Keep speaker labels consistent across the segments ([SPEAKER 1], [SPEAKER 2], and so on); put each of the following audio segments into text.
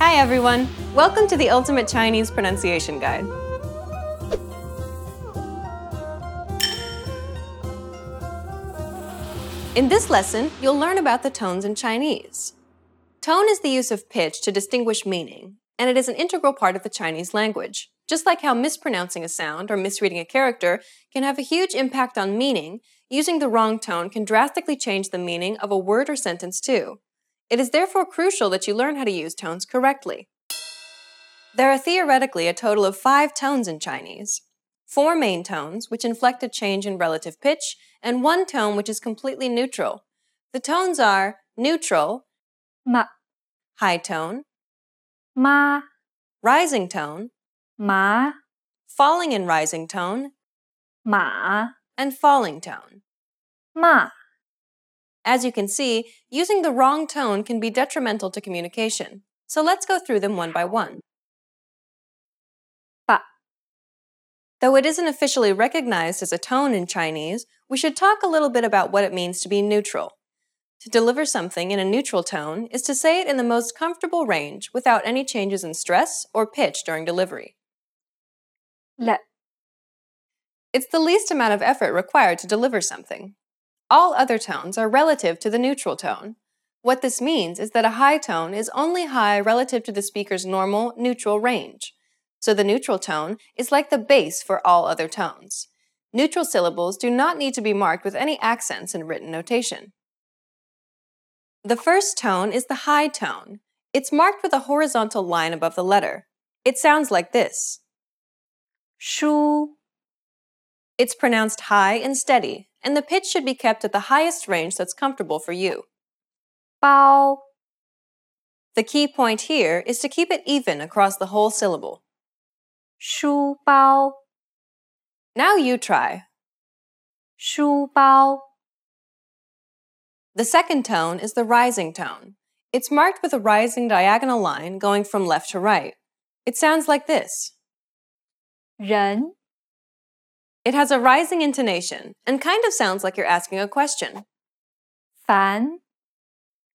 [SPEAKER 1] Hi, everyone. Welcome to the Ultimate Chinese Pronunciation Guide. In this lesson, you'll learn about the tones in Chinese. Tone is the use of pitch to distinguish meaning, and it is an integral part of the Chinese language. Just like how mispronouncing a sound or misreading a character can have a huge impact on meaning, using the wrong tone can drastically change the meaning of a word or sentence, too. It is therefore crucial that you learn how to use tones correctly. There are theoretically a total of five tones in Chinese four main tones, which inflect a change in relative pitch, and one tone which is completely neutral. The tones are neutral,
[SPEAKER 2] 妈
[SPEAKER 1] high tone,
[SPEAKER 2] 妈
[SPEAKER 1] rising tone,
[SPEAKER 2] 麻
[SPEAKER 1] falling and rising tone,
[SPEAKER 2] 马
[SPEAKER 1] and falling tone.
[SPEAKER 2] 骂
[SPEAKER 1] As you can see, using the wrong tone can be detrimental to communication. So let's go through them one by one.
[SPEAKER 2] Ba.
[SPEAKER 1] Though it isn't officially recognized as a tone in Chinese, we should talk a little bit about what it means to be neutral. To deliver something in a neutral tone is to say it in the most comfortable range without any changes in stress or pitch during delivery.
[SPEAKER 2] 了
[SPEAKER 1] It's the least amount of effort required to deliver something. All other tones are relative to the neutral tone. What this means is that a high tone is only high relative to the speaker's normal, neutral range. So the neutral tone is like the base for all other tones. Neutral syllables do not need to be marked with any accents in written notation. The first tone is the high tone. It's marked with a horizontal line above the letter. It sounds like this.
[SPEAKER 2] 书
[SPEAKER 1] It's pronounced high and steady, and the pitch should be kept at the highest range that's comfortable for you.
[SPEAKER 2] 包
[SPEAKER 1] The key point here is to keep it even across the whole syllable.
[SPEAKER 2] 书包
[SPEAKER 1] Now you try.
[SPEAKER 2] 书包
[SPEAKER 1] The second tone is the rising tone. It's marked with a rising diagonal line going from left to right. It sounds like this.
[SPEAKER 2] 人
[SPEAKER 1] It has a rising intonation and kind of sounds like you're asking a question.
[SPEAKER 2] 烦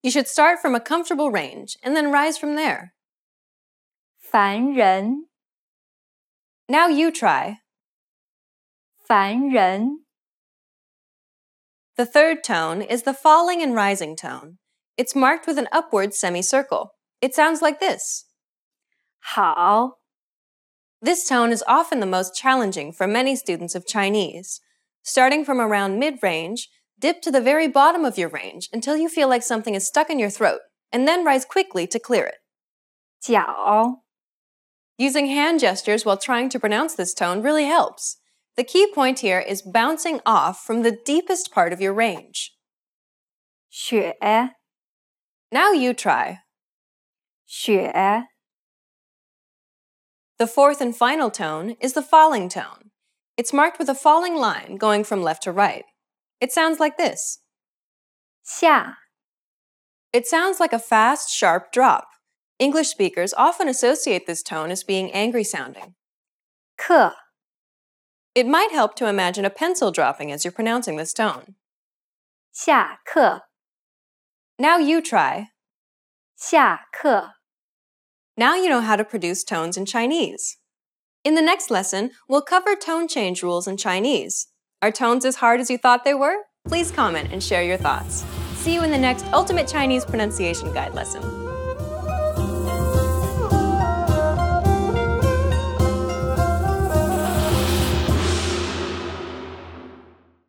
[SPEAKER 1] You should start from a comfortable range and then rise from there.
[SPEAKER 2] 烦人
[SPEAKER 1] Now you try.
[SPEAKER 2] 烦人
[SPEAKER 1] The third tone is the falling and rising tone. It's marked with an upward semicircle. It sounds like this.
[SPEAKER 2] 好
[SPEAKER 1] This tone is often the most challenging for many students of Chinese. Starting from around mid range, dip to the very bottom of your range until you feel like something is stuck in your throat, and then rise quickly to clear it.
[SPEAKER 2] 脚
[SPEAKER 1] Using hand gestures while trying to pronounce this tone really helps. The key point here is bouncing off from the deepest part of your range.
[SPEAKER 2] 雪
[SPEAKER 1] Now you try.
[SPEAKER 2] 雪
[SPEAKER 1] The fourth and final tone is the falling tone. It's marked with a falling line going from left to right. It sounds like this.
[SPEAKER 2] 下
[SPEAKER 1] It sounds like a fast, sharp drop. English speakers often associate this tone as being angry sounding.
[SPEAKER 2] 课
[SPEAKER 1] It might help to imagine a pencil dropping as you're pronouncing this tone.
[SPEAKER 2] 下课
[SPEAKER 1] Now you try.
[SPEAKER 2] 下课
[SPEAKER 1] Now you know how to produce tones in Chinese. In the next lesson, we'll cover tone change rules in Chinese. Are tones as hard as you thought they were? Please comment and share your thoughts. See you in the next Ultimate Chinese Pronunciation Guide lesson.